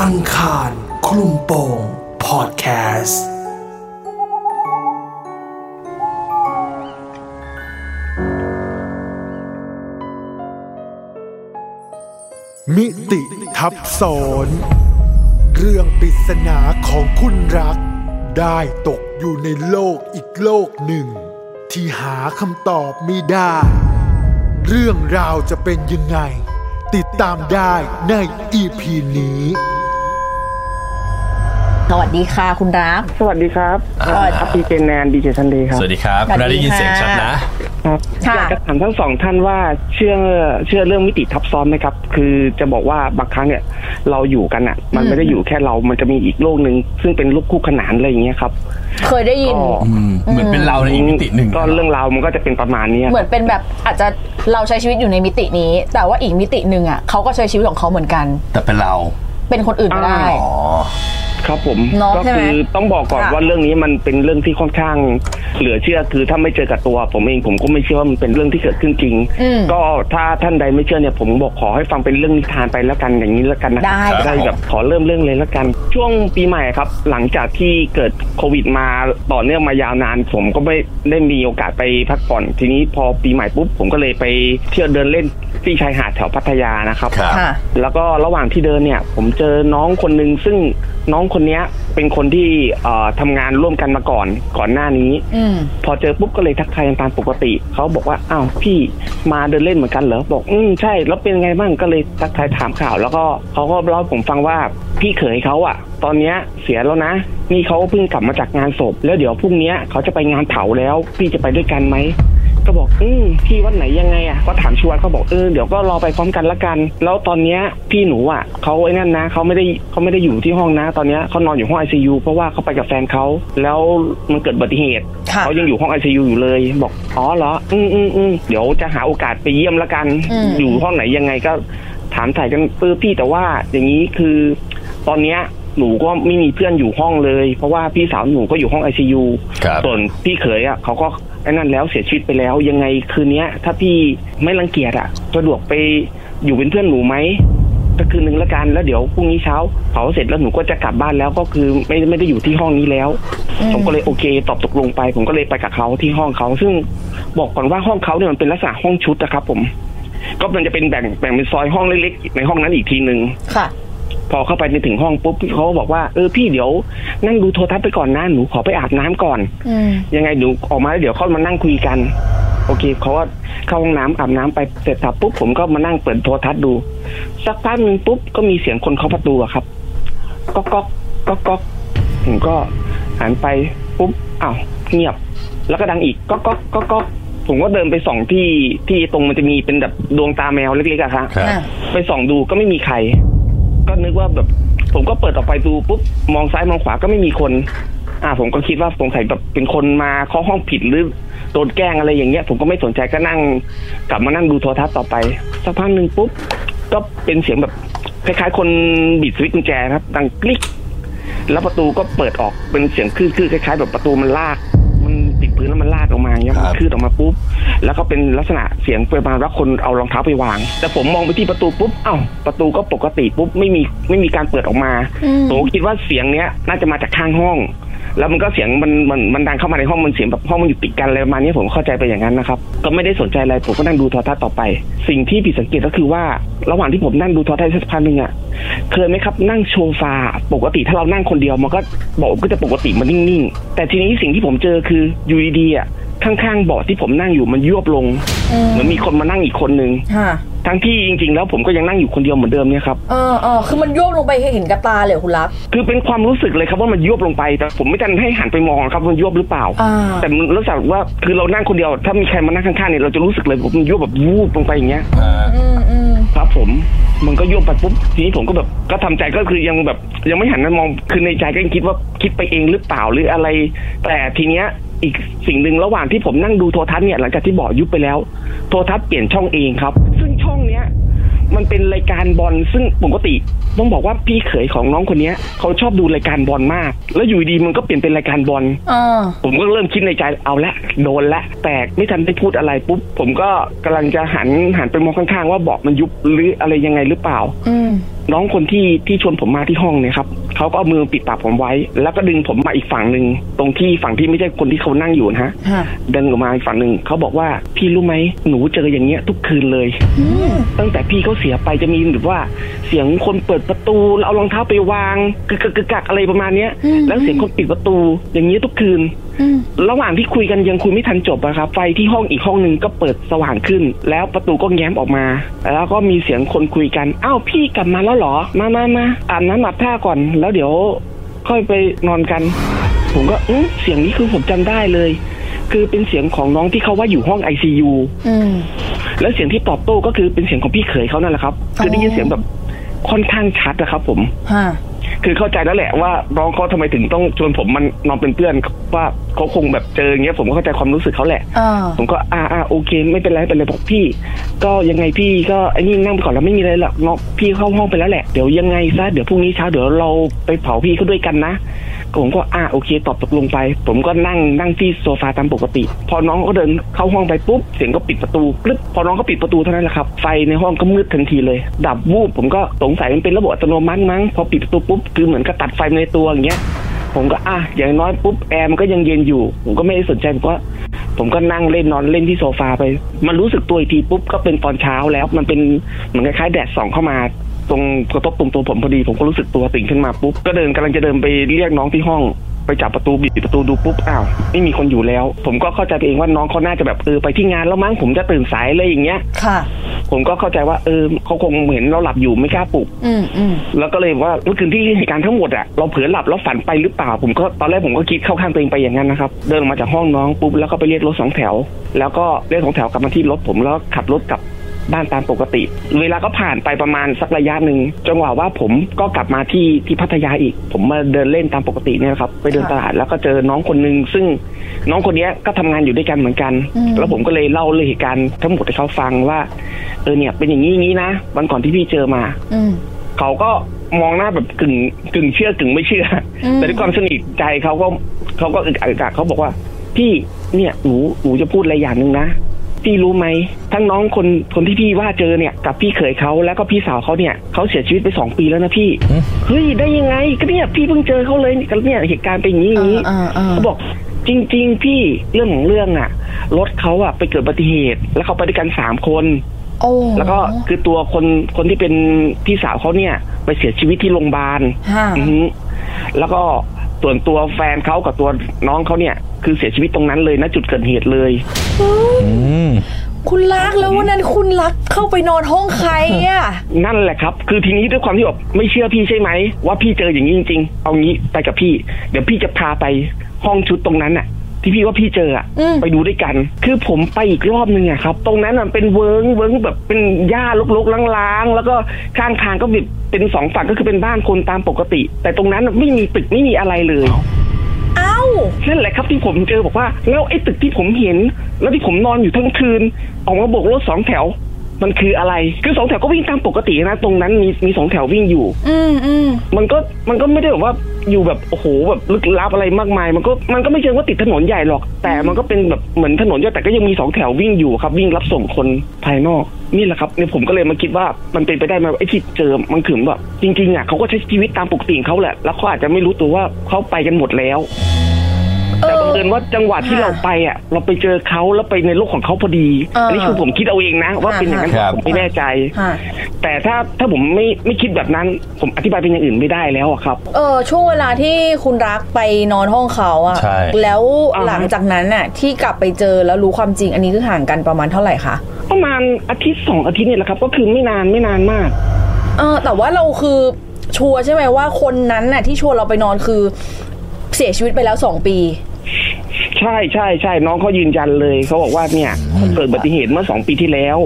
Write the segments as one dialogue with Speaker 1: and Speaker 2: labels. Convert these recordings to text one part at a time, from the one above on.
Speaker 1: อังคารคลุมโปงพอดแคสต์
Speaker 2: มิติทับซ้อนเรื่องปริศนาของคุณรัก ได้ตกอยู่ในโลกอีกโลกหนึ่ง ที่หาคำตอบไม่ได้ เรื่องราวจะเป็นยังไง ติดตามได้ในอีพีนี้
Speaker 3: สวัสดีค่ะคุณรัก
Speaker 4: สวัสดีครับ
Speaker 3: อ่า
Speaker 4: ครับดีเจแนนดีเจซันเดย์ครับ
Speaker 5: สวัสดีครับ
Speaker 3: สวัสดี
Speaker 5: เราได้ยินเสียง
Speaker 3: ค่ะ
Speaker 5: ชัดนะ
Speaker 4: ครับ
Speaker 3: ค่ะ
Speaker 4: อยากจะถามทั้งสองท่านว่าเชื่อเชื่อเรื่องมิติทับซ้อนไหมครับ คือจะบอกว่าบางครั้งเนี่ยเราอยู่กันอ่ะ มันไม่ได้อยู่แค่เรา มันจะมีอีกโลกหนึ่งซึ่งเป็นรูปคู่ขนานอะไรอย่างเงี้ยครับ
Speaker 3: เคยได้ยิน
Speaker 4: ก็
Speaker 5: เหมือนเป็นเราในอีกมิติหนึ่ง
Speaker 4: ก็เรื่องราวมันก็จะเป็นประมาณเนี้ย
Speaker 3: เหมือนเป็นแบบอาจจะเราใช้ชีวิตอยู่ในมิตินี้ แต่ว่าอีกมิติหนึ่งอ่ะเขาก็ใช้ชีวิตของเขาเหมือนกัน
Speaker 5: แต่เป็นเรา
Speaker 3: เป็นคนอื่นก็ได้
Speaker 5: อ๋อ
Speaker 4: ครับผม
Speaker 3: เนาะ
Speaker 4: ก็
Speaker 3: ใช่ไหม
Speaker 4: คือต้องบอกก่อน
Speaker 3: ค่ะ
Speaker 4: ว่าเรื่องนี้มันเป็นเรื่องที่ค่อนข้าง เหลือเชื่อคือถ้าไม่เจอกับตัว ผมเองผมก็ไม่เชื่อว่ามันเป็นเรื่องที่เกิดขึ้นจริง
Speaker 3: อืม
Speaker 4: ก็ถ้าท่านใดไม่เชื่อเนี่ยผมบอกขอให้ฟังเป็นเรื่องนิทานไปแล้วกันอย่างนี้แล้วกันนะ
Speaker 3: ได้
Speaker 4: ครับ
Speaker 3: ครับ
Speaker 4: ได้แบบขอเริ่มเรื่องเลยแล้วกัน ช่วงปีใหม่ครับ หลังจากที่เกิดโควิดมาต่อเนื่องมายาวนาน ผมก็ไม่ได้มีโอกาสไปพักผ่อน ทีนี้พอปีใหม่ปุ๊บผมก็เลยไปเที่ยวเดินเล่นที่ชายหาดแถวพัทยานะครับ
Speaker 5: ครับ
Speaker 3: ค่ะ
Speaker 4: แล้วก็ระหว่างที่เดินเนี่ย ผมเจอน้องคนหนึ่งซึ่งน้องคนเนี้ยเป็นคนที่เอ่อทำงานร่วมกันมาก่อนก่อนหน้านี้
Speaker 3: อืม
Speaker 4: พอเจอปุ๊บก็เลยทักทายกันตามปกติ เขาบอกว่าอ้าวพี่มาเดินเล่นเหมือนกันเหรอบอกอืมใช่แล้วเป็นไงบ้างก็เลยทักทายถามข่าว แล้วก็เขาก็เล่าให้ผมฟังว่าพี่เขยเขาอะตอนเนี้ยเสียแล้วนะ นี่เขาเพิ่งกลับมาจากงานศพ แล้วเดี๋ยวพรุ่งเนี้ยเขาจะไปงานเผาแล้ว พี่จะไปด้วยกันไหม ก็บอกอืมพี่วันไหนยังไงอ่ะก็ถามชวนเขาบอกเออเดี๋ยวก็รอไปพร้อมกันละกัน แล้วตอนเนี้ยพี่หนูอ่ะเขาไอ้นั่นนะเขาไม่ได้เขาไม่ได้อยู่ที่ห้องนะ ตอนเนี้ยเขานอนอยู่ห้องไอซียูเพราะว่าเขาไปกับแฟนเขาแล้วมันเกิดอุบัติเหตุ
Speaker 3: ค่ะ
Speaker 4: เขายังอยู่ห้องไอซียูอยู่เลย บอกอ๋อเหรออืมอืมอืมเดี๋ยวจะหาโอกาสไปเยี่ยมละกัน
Speaker 3: อืม
Speaker 4: อยู่ห้องไหนยังไงก็ถามถ่ายกันเออพี่แต่ว่าอย่างนี้คือ ตอนเนี้ยหนูก็ไม่มีเพื่อนอยู่ห้องเลย เพราะว่าพี่สาวหนูก็อยู่ห้องไอซียู
Speaker 5: ครับ
Speaker 4: ส่วนพี่เขยอ่ะเขาก็ไอ้นั่นแล้วเสียชีวิตไปแล้วยังไงคืนเนี้ย ถ้าพี่ไม่รังเกียจอ่ะสะดวกไปอยู่เป็นเพื่อนหนูไหมก็คืนหนึ่งละกันแล้วเดี๋ยวพรุ่งนี้เช้าเผาเสร็จแล้วหนูก็จะกลับบ้านแล้วก็คือไม่ไม่ได้อยู่ที่ห้องนี้แล้ว
Speaker 3: อืม
Speaker 4: ผมก็เลยโอเค ตอบตกลงไป ผมก็เลยไปกับเขาที่ห้องเขา ซึ่งบอกก่อนว่าห้องเขาเนี่ยมันเป็นลักษณะห้องชุดนะครับ ผม ก็มันจะเป็นแบ่งแบ่งเป็นซอยห้องเล็กๆในห้องนั้นอีกทีหนึ่ง
Speaker 3: ค่ะ
Speaker 4: พอเข้าไปในถึงห้องปุ๊บเขาก็บอกว่าเออพี่เดี๋ยวนั่งดูโทรทัศน์ไปก่อนนะหนูขอไปอาบน้ำก่อน
Speaker 3: อืม
Speaker 4: ยังไงหนูออกมาแล้วเดี๋ยวเข้ามานั่งคุยกัน โอเคเขาก็เข้าห้องน้ำอาบน้ำไปเสร็จสับปุ๊บผมก็มานั่งเปิดโทรทัศน์ดู สักพักหนึ่งปุ๊บก็มีเสียงคนเคาะประตูอะครับก๊อกก๊อกก๊อกก๊อกผมก็หันไปปุ๊บอ้าวเงียบ แล้วก็ดังอีกก๊อกก๊อกก๊อกก๊อกผมก็เดินไปส่องที่ที่ตรงมันจะมีเป็นแบบดวงตาแมวเล็กๆอะครับ
Speaker 5: ครับ
Speaker 4: ไปส่องดูก็ไม่มีใคร ก็นึกว่าแบบ ผมก็เปิดออกไปดูปุ๊บมองซ้ายมองขวาก็ไม่มีคน อ่า ผมก็คิดว่าสงสัยแบบเป็นคนมาเคาะห้องผิดหรือโดนแกล้งอะไรอย่างเงี้ย ผมก็ไม่สนใจก็นั่ง กลับมานั่งดูโทรทัศน์ต่อไปสักพักหนึ่งปุ๊บก็เป็นเสียงแบบคล้ายๆ คนบิดสวิตช์กุญแจครับดังกลิ๊กแล้วประตูก็เปิดออกเป็นเสียงคือคือคล้ายๆ แบบประตูมันลาก มันติดพื้นแล้วมันลากออกมาอย่างเงี้ย
Speaker 5: ครับ
Speaker 4: มันคือออกมาปุ๊บแล้วก็เป็นลักษณะเสียงประมาณว่าคนเอารองเท้าไปวาง แต่ผมมองไปที่ประตูปุ๊บเอ้าประตูก็ปกติปุ๊บไม่มีไม่มีการเปิดออกมา
Speaker 3: อืม
Speaker 4: ผมคิดว่าเสียงเนี้ยน่าจะมาจากข้างห้อง แล้วมันก็เสียงมันมันมันดังเข้ามาในห้องมันเสียงแบบห้องมันอยู่ติดกันอะไรประมาณนี้ผมเข้าใจไปอย่างนั้นนะครับ ก็ไม่ได้สนใจอะไรผมก็นั่งดูโทรทัศน์ต่อไป สิ่งที่ผิดสังเกตก็คือว่า ระหว่างที่ผมนั่งดูโทรทัศน์สักพักหนึ่งอะเคยไหมครับนั่งโซฟาปกติถ้าเรานั่งคนเดียวมันก็เบาะก็จะปกติมันนิ่งๆ แต่ทีนี้สิ่งที่ผมเจอคืออยู่ดีๆอะข้างๆเบาะที่ผมนั่งอยู่มันยวบลง
Speaker 3: อืม
Speaker 4: เหมือนมีคนมานั่งอีกคนนึง
Speaker 3: ค่ะ
Speaker 4: ทั้งที่จริง ๆ แล้วผมก็ยังนั่งอยู่คนเดียวเหมือนเดิมเนี่ยครับ
Speaker 3: เออเออคือมันโยกลงไปให้เห็นกับตาเลยเหรอคุณรัก
Speaker 4: คือเป็นความรู้สึกเลยครับว่ามันยวบลงไป แต่ผมไม่ทันให้หันไปมองครับว่ามันยวบหรือเปล่า
Speaker 3: อ่า
Speaker 4: แต่มันรู้สึกว่าคือเรานั่งคนเดียว ถ้ามีใครมานั่งข้างๆเนี่ยเราจะรู้สึกเลยว่ามันยวบแบบวูบลงไปอย่างเงี้ย
Speaker 5: อ่า
Speaker 3: อืมอืม
Speaker 4: ครับผมมันก็โยบไปปุ๊บทีนี้ผมก็แบบก็ทำใจก็คือยังแบบ ยังไม่หันมามองคือในใจก็ยังคิดว่าคิดไปเองหรือเปล่าหรืออะไร แต่ทีเนี้ยอีกสิ่งหนึ่งระหว่างที่ผมนั่งดูโทรทัศน์เนี่ยหลังจากที่เบอยุบไปแล้ว โทรทัศน์เปลี่ยนช่องเองครับ ซึ่งช่องเนี้ย มันเป็นรายการบอลซึ่งปกติ ต้องบอกว่าพี่เขยของน้องคนเนี้ยเขาชอบดูรายการบอลมาก แล้วอยู่ดีมันก็เปลี่ยนเป็นรายการบอล
Speaker 3: เออ
Speaker 4: ผมก็เริ่มคิดในใจเอาละโดนละ แต่ไม่ทันได้พูดอะไรปุ๊บ ผมก็กำลังจะหันหันไปมองข้างๆ ว่าเบาะมันยุบหรืออะไรยังไงหรือเปล่า
Speaker 3: อืม
Speaker 4: น้องคนที่ที่ชวนผมมาที่ห้องเนี่ยครับเขาก็เอามือปิดปากผมไว้ แล้วก็ดึงผมมาอีกฝั่งหนึ่งตรงที่ฝั่งที่ไม่ใช่คนที่เขานั่งอยู่นะฮะ
Speaker 3: ฮะ
Speaker 4: ดึงออกมาอีกฝั่งหนึ่งเขาบอกว่าพี่รู้ไหมหนูเจออย่างเงี้ยทุกคืนเลย ตั้งแต่พี่เขาเสียไปจะมีแบบว่า เสียงคนเปิดประตูแล้วเอารองเท้าไปวางกึกกึกกึกกักอะไรประมาณเนี้ย แล้วเสียงคนปิดประตู อย่างเงี้ยทุกคืน ระหว่างที่คุยกันยังคุยไม่ทันจบอะครับ ไฟที่ห้องอีกห้องหนึ่งก็เปิดสว่างขึ้น แล้วประตูก็แง้มออกมา แล้วก็มีเสียงคนคุยกัน อ้าวพี่กลับมาแล้วเหรอ มามามาอาบน้ำอาบท่าก่อน แล้วเดี๋ยวค่อยไปนอนกัน ผมก็อื้อเสียงนี้คือผมจำได้เลย คือเป็นเสียงของน้องที่เขาว่าอยู่ห้อง ICU
Speaker 3: อืม
Speaker 4: แล้วเสียงที่ตอบโต้ก็คือเป็นเสียงของพี่เขยเขานั่นแหละครับ คือได้ยินเสียงแบบค่อนข้างชัดนะครับผม
Speaker 3: ฮะ
Speaker 4: คือเข้าใจแล้วแหละว่าน้องเขาทำไมถึงต้องชวนผมมันนอนเป็นเพื่อนว่าเขาคงแบบเจออย่างเงี้ยผมก็เข้าใจความรู้สึกเขาแหละ
Speaker 3: เออ
Speaker 4: ผมก็อ่าอ่าโอเค ไม่เป็นไรไม่เป็นไรบอกพี่ ก็ยังไงพี่ก็ไอ้นี่นั่งไปก่อนแล้วไม่มีอะไรหรอกเนาะพี่เข้าห้องไปแล้วแหละเดี๋ยวยังไงซะเดี๋ยวพรุ่งนี้เช้าเดี๋ยวเราไปเผาพี่เขาด้วยกันนะผมก็อ่าโอเค ตอบตกลงไป ผมก็นั่งนั่งที่โซฟาตามปกติ พอน้องก็เดินเข้าห้องไปปุ๊บเสียงก็ปิดประตูกรึบพอน้องก็ปิดประตูเท่านั้นแหละครับไฟในห้องก็มืดทันทีเลย ดับวูบผมก็สงสัยมันเป็นระบบอัตโนมัติมั้งพอปิดประตูปุ๊บคือเหมือนกับตัดไฟในตัวอย่างเงี้ย ผมก็อ่ะอย่างน้อยปุ๊บแอร์มันก็ยังเย็นอยู่ ผมก็ไม่ได้สนใจผมก็ ผมก็นั่งเล่นนอนเล่นที่โซฟาไป มันรู้สึกตัวอีกทีปุ๊บก็เป็นตอนเช้าแล้วมันเป็นเหมือนคล้ายๆแดดส่องเข้ามา ตรงกระทบตรงตัวผมพอดี ผมก็รู้สึกตัวตื่นขึ้นมาปุ๊บก็เดินกำลังจะเดินไปเรียกน้องที่ห้อง ไปจับประตูบิดประตูดูปุ๊บอ้าวไม่มีคนอยู่แล้ว ผมก็เข้าใจไปเองว่าน้องเขาน่าจะแบบเออไปที่งานแล้วมั้งผมจะตื่นสายอะไรอย่างเงี้ย
Speaker 3: ค่ะ
Speaker 4: ผมก็เข้าใจว่าเออเขาคงเห็นเราหลับอยู่ไม่กล้าปลุก
Speaker 3: อืมอืม
Speaker 4: แล้วก็เลยว่าเมื่อคืนที่เหตุการณ์ทั้งหมดอะเราเผลอหลับแล้วฝันไปหรือเปล่า ผมก็ตอนแรกผมก็คิดเข้าข้างตัวเองไปอย่างนั้นนะครับ เดินออกมาจากห้องน้องปุ๊บแล้วก็ไปเรียกรถสองแถว แล้วก็เรียกสองแถวกลับมาที่รถผมแล้วขับรถกลับบ้านตามปกติ เวลาก็ผ่านไปประมาณสักระยะหนึ่งจังหวะว่าผมก็กลับมาที่ที่พัทยาอีก ผมมาเดินเล่นตามปกติเนี่ยนะครับไปเดินตลาดแล้วก็เจอน้องคนหนึ่งซึ่งน้องคนเนี้ยก็ทำงานอยู่ด้วยกันเหมือนกัน
Speaker 3: อืม
Speaker 4: แล้วผมก็เลยเล่าเรื่องเหตุการณ์ทั้งหมดให้เขาฟังว่าเออเนี่ยเป็นอย่างนี้อย่างนี้นะวันก่อนที่พี่เจอมา
Speaker 3: อืม
Speaker 4: เขาก็มองหน้าแบบกึ่งกึ่งเชื่อกึ่งไม่เชื่ออ
Speaker 3: ม
Speaker 4: แต่ด้วยความสนิทใจเขาก็เขาก็อึกอักอึกอักเขาบอกว่า พี่เนี่ยหนูหนูจะพูดอะไรอย่างหนึ่งนะพี่รู้ไหมทั้งน้องคนคนที่พี่ว่าเจอเนี่ยกับพี่เขยเขาแล้วก็พี่สาวเขาเนี่ยเขาเสียชีวิตไปสองปีแล้วนะพี่
Speaker 5: อืม
Speaker 4: เฮ้ยได้ยังไงก็เนี่ยพี่เพิ่งเจอเขาเลยก็เนี่ยเหตุการณ์เป็นอย่างนี้อย่างนี้
Speaker 3: เออเออ
Speaker 4: เขาบอกจริง ๆ พี่เรื่องของเรื่องอะรถเขาอะไปเกิดอุบัติเหตุ แล้วเขาไปด้วยกันสามคน
Speaker 3: โอ้
Speaker 4: แล้วก็คือตัวคนคนที่เป็นพี่สาวเขาเนี่ย ไปเสียชีวิตที่โรงพยาบาล
Speaker 3: ฮะ
Speaker 4: อือฮึแล้วก็ส่วนตัวแฟนเขากับตัวน้องเขาเนี่ย คือเสียชีวิตตรงนั้นเลยณจุดเกิดเหตุเลย
Speaker 5: อืม
Speaker 3: คุณรักแล้ววันนั้นคุณรักเข้าไปนอนห้องใครอ่ะ
Speaker 4: นั่นแหละครับ คือทีนี้ด้วยความที่แบบไม่เชื่อพี่ใช่ไหม ว่าพี่เจออย่างนี้จริง ๆ เอางี้ไปกับพี่ เดี๋ยวพี่จะพาไปห้องชุดตรงนั้นน่ะ ที่พี่ว่าพี่เจออะ
Speaker 3: อืม
Speaker 4: ไปดูด้วยกัน คือผมไปอีกรอบนึงอะครับ ตรงนั้นมันเป็นเวิงเวิงแบบเป็นหญ้ารกๆล้างๆแล้วก็ข้างทางก็แบบเป็นสองฝั่งก็คือเป็นบ้านคนตามปกติ แต่ตรงนั้นไม่มีตึกไม่มีอะไรเลย
Speaker 3: เอ้า
Speaker 4: นั่นแหละครับที่ผมเจอบอกว่าแล้วไอ้ตึกที่ผมเห็น แล้วที่ผมนอนอยู่ทั้งคืน ออกมาโบกรถสองแถว มันคืออะไร คือสองแถวก็วิ่งตามปกตินะ ตรงนั้นมีมีสองแถววิ่งอยู่
Speaker 3: อืมอืม
Speaker 4: มันก็มันก็ไม่ได้แบบว่าอยู่แบบโอ้โหแบบลึกลับอะไรมากมาย มันก็มันก็ไม่เชิงว่าติดถนนใหญ่หรอก แต่มันก็เป็นแบบเหมือนถนนย่อยแต่ก็ยังมีสองแถววิ่งอยู่ครับ วิ่งรับส่งคนภายนอกนี่แหละครับเนี่ยผมก็เลยมาคิดว่ามันเป็นไปได้ไหมว่าไอ้ที่เจอมันถึงแบบจริงๆอ่ะเขาก็ใช้ชีวิตตามปกติของเขาแหละแล้วเขาอาจจะไม่รู้ตัวว่าเขาไปกันหมดแล้ว แต่บังเอิญว่าจังหวะที่
Speaker 3: ค่ะ
Speaker 4: เราไปอ่ะ เราไปเจอเขาแล้วไปในโลกของเขาพอดี
Speaker 3: เอออั
Speaker 4: นนี้คือผมคิดเอาเองนะ ว่าเป็นอย่างนั้น
Speaker 5: ครับ
Speaker 4: ผมไม่แน่ใจ
Speaker 3: ค่ะ
Speaker 4: แต่ถ้าถ้าผมไม่ไม่คิดแบบนั้น ผมอธิบายเป็นอย่างอื่นไม่ได้แล้วอะครับ
Speaker 3: เออช่วงเวลาที่คุณรักไปนอนห้องเขาอะ
Speaker 5: ใช่
Speaker 3: แล้ว
Speaker 4: อ่า
Speaker 3: หลังจากนั้นน่ะ ที่กลับไปเจอแล้วรู้ความจริงอันนี้คือห่างกันประมาณเท่าไหร่คะ
Speaker 4: ประมาณอาทิตย์สองอาทิตย์เนี่ยแหละครับ ก็คือไม่นานไม่นานมาก
Speaker 3: เออแต่ว่าเราคือชัวร์ใช่ไหมว่าคนนั้นน่ะที่ชวนเราไปนอนคือ เสียชีวิตไปแล้วสองปี
Speaker 4: ใช่ใช่ใช่น้องเขายืนยันเลยเขาบอกว่าเนี่ยเกิดอุบัติเหตุเมื่อสองปีที่แล้ว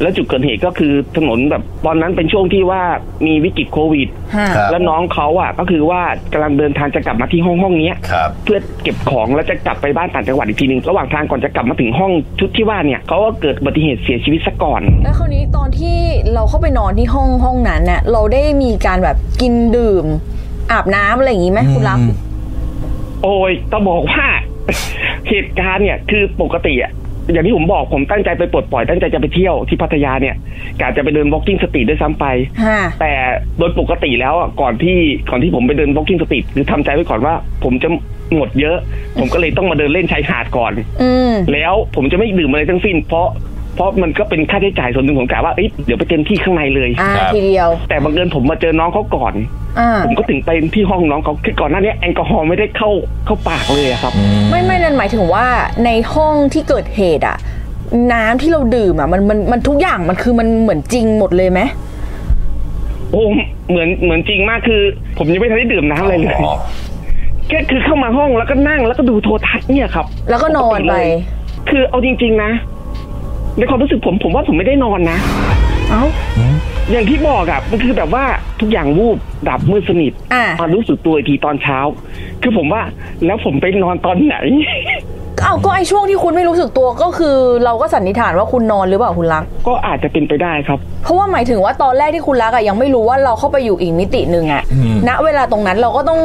Speaker 4: แล้วจุดเกิดเหตุก็คือถนนแบบตอนนั้นเป็นช่วงที่ว่ามีวิกฤตโควิด
Speaker 3: ฮะ
Speaker 5: ครับ
Speaker 4: แล้วน้องเขาอ่ะก็คือว่ากำลังเดินทางจะกลับมาที่ห้องห้องเนี้ย
Speaker 5: ครับ
Speaker 4: เพื่อเก็บของแล้วจะกลับไปบ้านต่างจังหวัดอีกทีหนึ่งระหว่างทางก่อนจะกลับมาถึงห้องชุดที่ว่าเนี่ยเขาก็เกิดอุบัติเหตุเสียชีวิตซะก่อน
Speaker 3: แล้วคราวนี้ตอนที่เราเข้าไปนอนที่ห้องห้องนั้นเนี่ยเราได้มีการแบบกินดื่ม อาบน้ำอะไรอย่างงี้ไหมคุณรัก
Speaker 4: โอ้ยต้องบอกว่า เหตุการณ์เนี่ยคือปกติอะอย่างที่ผมบอกผมตั้งใจไปปลดปล่อยตั้งใจจะไปเที่ยวที่พัทยาเนี่ยกะจะไปเดิน walking street ด้วยซ้ำไป
Speaker 3: ฮะ
Speaker 4: แต่โดยปกติแล้วอะก่อนที่ก่อนที่ผมไปเดิน walking street หรือทำใจไว้ก่อนว่า ผมจะหมดเยอะ ผมก็เลยต้องมาเดินเล่นชายหาดก่อน
Speaker 3: อืม
Speaker 4: แล้วผมจะไม่ดื่มอะไรทั้งสิ้น เพราะเพราะมันก็เป็นค่าใช้จ่ายส่วนหนึ่งผมกะว่าเอ้ยเดี๋ยวไปเต็มที่ข้างในเลย
Speaker 3: อ่า
Speaker 5: ครับ
Speaker 3: ทีเดียว
Speaker 4: แต่บังเอิญผมมาเจอน้องเขาก่อน
Speaker 3: อ่า
Speaker 4: ผมก็ถึงไปที่ห้องน้องเขาคือก่อนหน้านี้แอลกอฮอล์ไม่ได้เข้าเข้าปากเลยอะครับ
Speaker 3: ไม่ไม่นั่นหมายถึงว่าในห้องที่เกิดเหตุอะน้ำที่เราดื่มอะมันมันมันทุกอย่างมันคือมันเหมือนจริงหมดเลยไหม
Speaker 4: โอ้เหมือนเหมือนจริงมากคือ ผมยังไม่ทันได้ดื่มน้ำอะไรเลย
Speaker 5: อ๋อ
Speaker 4: แค่คือเข้ามาห้องแล้วก็นั่งแล้วก็ดูโทรทัศน์เนี่ยครับ
Speaker 3: แล้วก็นอนไป
Speaker 4: ติเลยคือเอาจริง ๆ นะ ในความรู้สึกผมผมว่าผมไม่ได้นอนนะ
Speaker 3: เอ้า
Speaker 4: อย่างที่บอกอะมันคือแบบว่าทุกอย่างวูบดับมืดสนิท
Speaker 3: อ่า
Speaker 4: มารู้สึกตัวอีกทีตอนเช้า คือผมว่าแล้วผมไปนอนตอนไหน
Speaker 3: เอาก็ไอช่วงที่คุณไม่รู้สึกตัวก็คือ เราก็สันนิษฐานว่าคุณนอนหรือเปล่าคุณรัก
Speaker 4: ก็อาจจะเป็นไปได้ครับ
Speaker 3: เพราะว่าหมายถึงว่าตอนแรกที่คุณรักอะยังไม่รู้ว่าเราเข้าไปอยู่อีกมิติหนึ่งอะณเวลาตรงนั้นเราก็ต้อง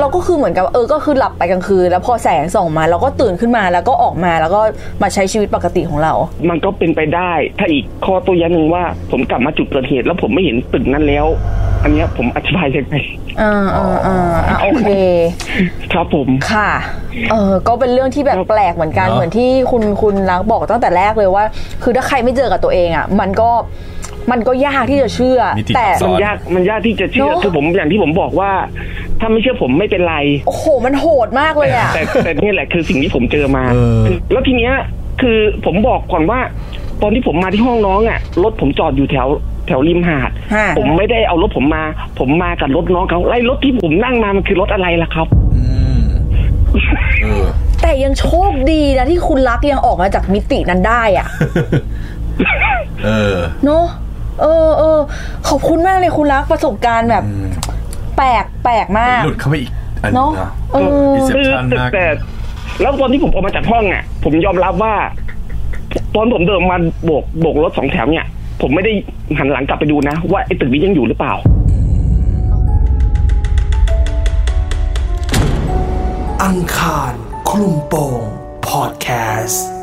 Speaker 3: เราก็คือเหมือนกับเออก็คือหลับไปกลางคืน แล้วพอแสงส่องมา เราก็ตื่นขึ้นมาแล้วก็ออกมาแล้วก็มาใช้ชีวิตปกติของเรา
Speaker 4: มันก็เป็นไปได้ ถ้าอีกข้อตัวอย่างหนึ่งว่า ผมกลับมาจุดเกิดเหตุ แล้วผมไม่เห็นตึกนั้นแล้ว อันเนี้ยผมอธิบายยัง ไง
Speaker 3: อ่าอ่าอ่าอ่าโอเค
Speaker 4: ครับผม
Speaker 3: ค่ะ เออ ก็เป็นเรื่องที่แบบแปลกเหมือนกัน เหมือนที่คุณคุณรักบอกตั้งแต่แรกเลยว่า คือถ้าใครไม่เจอกับตัวเองอ่ะ มันก็ มันก็ยากที่จะเชื่อ
Speaker 5: มิติ
Speaker 3: แต่
Speaker 5: ซับซ้อน
Speaker 4: ยากมันยากที่จะเชื่อ
Speaker 3: เนอะ
Speaker 4: คือผมอย่างที่ผมบอกว่า ถ้าไม่เชื่อผมไม่เป็นไร
Speaker 3: โอ้โห มันโหดมากเลยอ่ะ
Speaker 4: แต่แต่นี่แหละคือสิ่งที่ผมเจอมา
Speaker 5: เออ
Speaker 4: คือแล้วทีเนี้ยคือผมบอกก่อนว่า ตอนที่ผมมาที่ห้องน้องอ่ะรถผมจอดอยู่แถวแถวริมหาด
Speaker 3: ฮะ
Speaker 4: ผมไม่ได้เอารถผมมา ผมมากับรถน้องเขาไล่รถที่ผมนั่งมามันคือรถอะไรล่ะครับ
Speaker 5: เออ
Speaker 3: แต่ยังโชคดีนะที่คุณรักยังออกมาจากมิตินั้นได้อ่ะ
Speaker 5: เออ
Speaker 3: เนอะเออเออ ขอบคุณมากเลยคุณรักประสบการณ์แบบ แปลกแปลกมาก
Speaker 5: หลุดเข้าไปอีกอันห
Speaker 3: เน
Speaker 5: นึง
Speaker 3: อะ
Speaker 5: เนอะ
Speaker 3: เออ
Speaker 5: ดีเซ
Speaker 4: คือ
Speaker 5: ชันมาก
Speaker 4: แต่แล้วตอนที่ผมออกมาจากห้องอ่ะ ผมยอมรับว่า ตอนผมเดินมาโบกโบกรถสองแถวเนี่ย ผมไม่ได้หันหลังกลับไปดูนะ ว่าไอ้ตึกนี้ยังอยู่หรือเปล่า
Speaker 1: อังคารคลุมโปงพอดแคสต์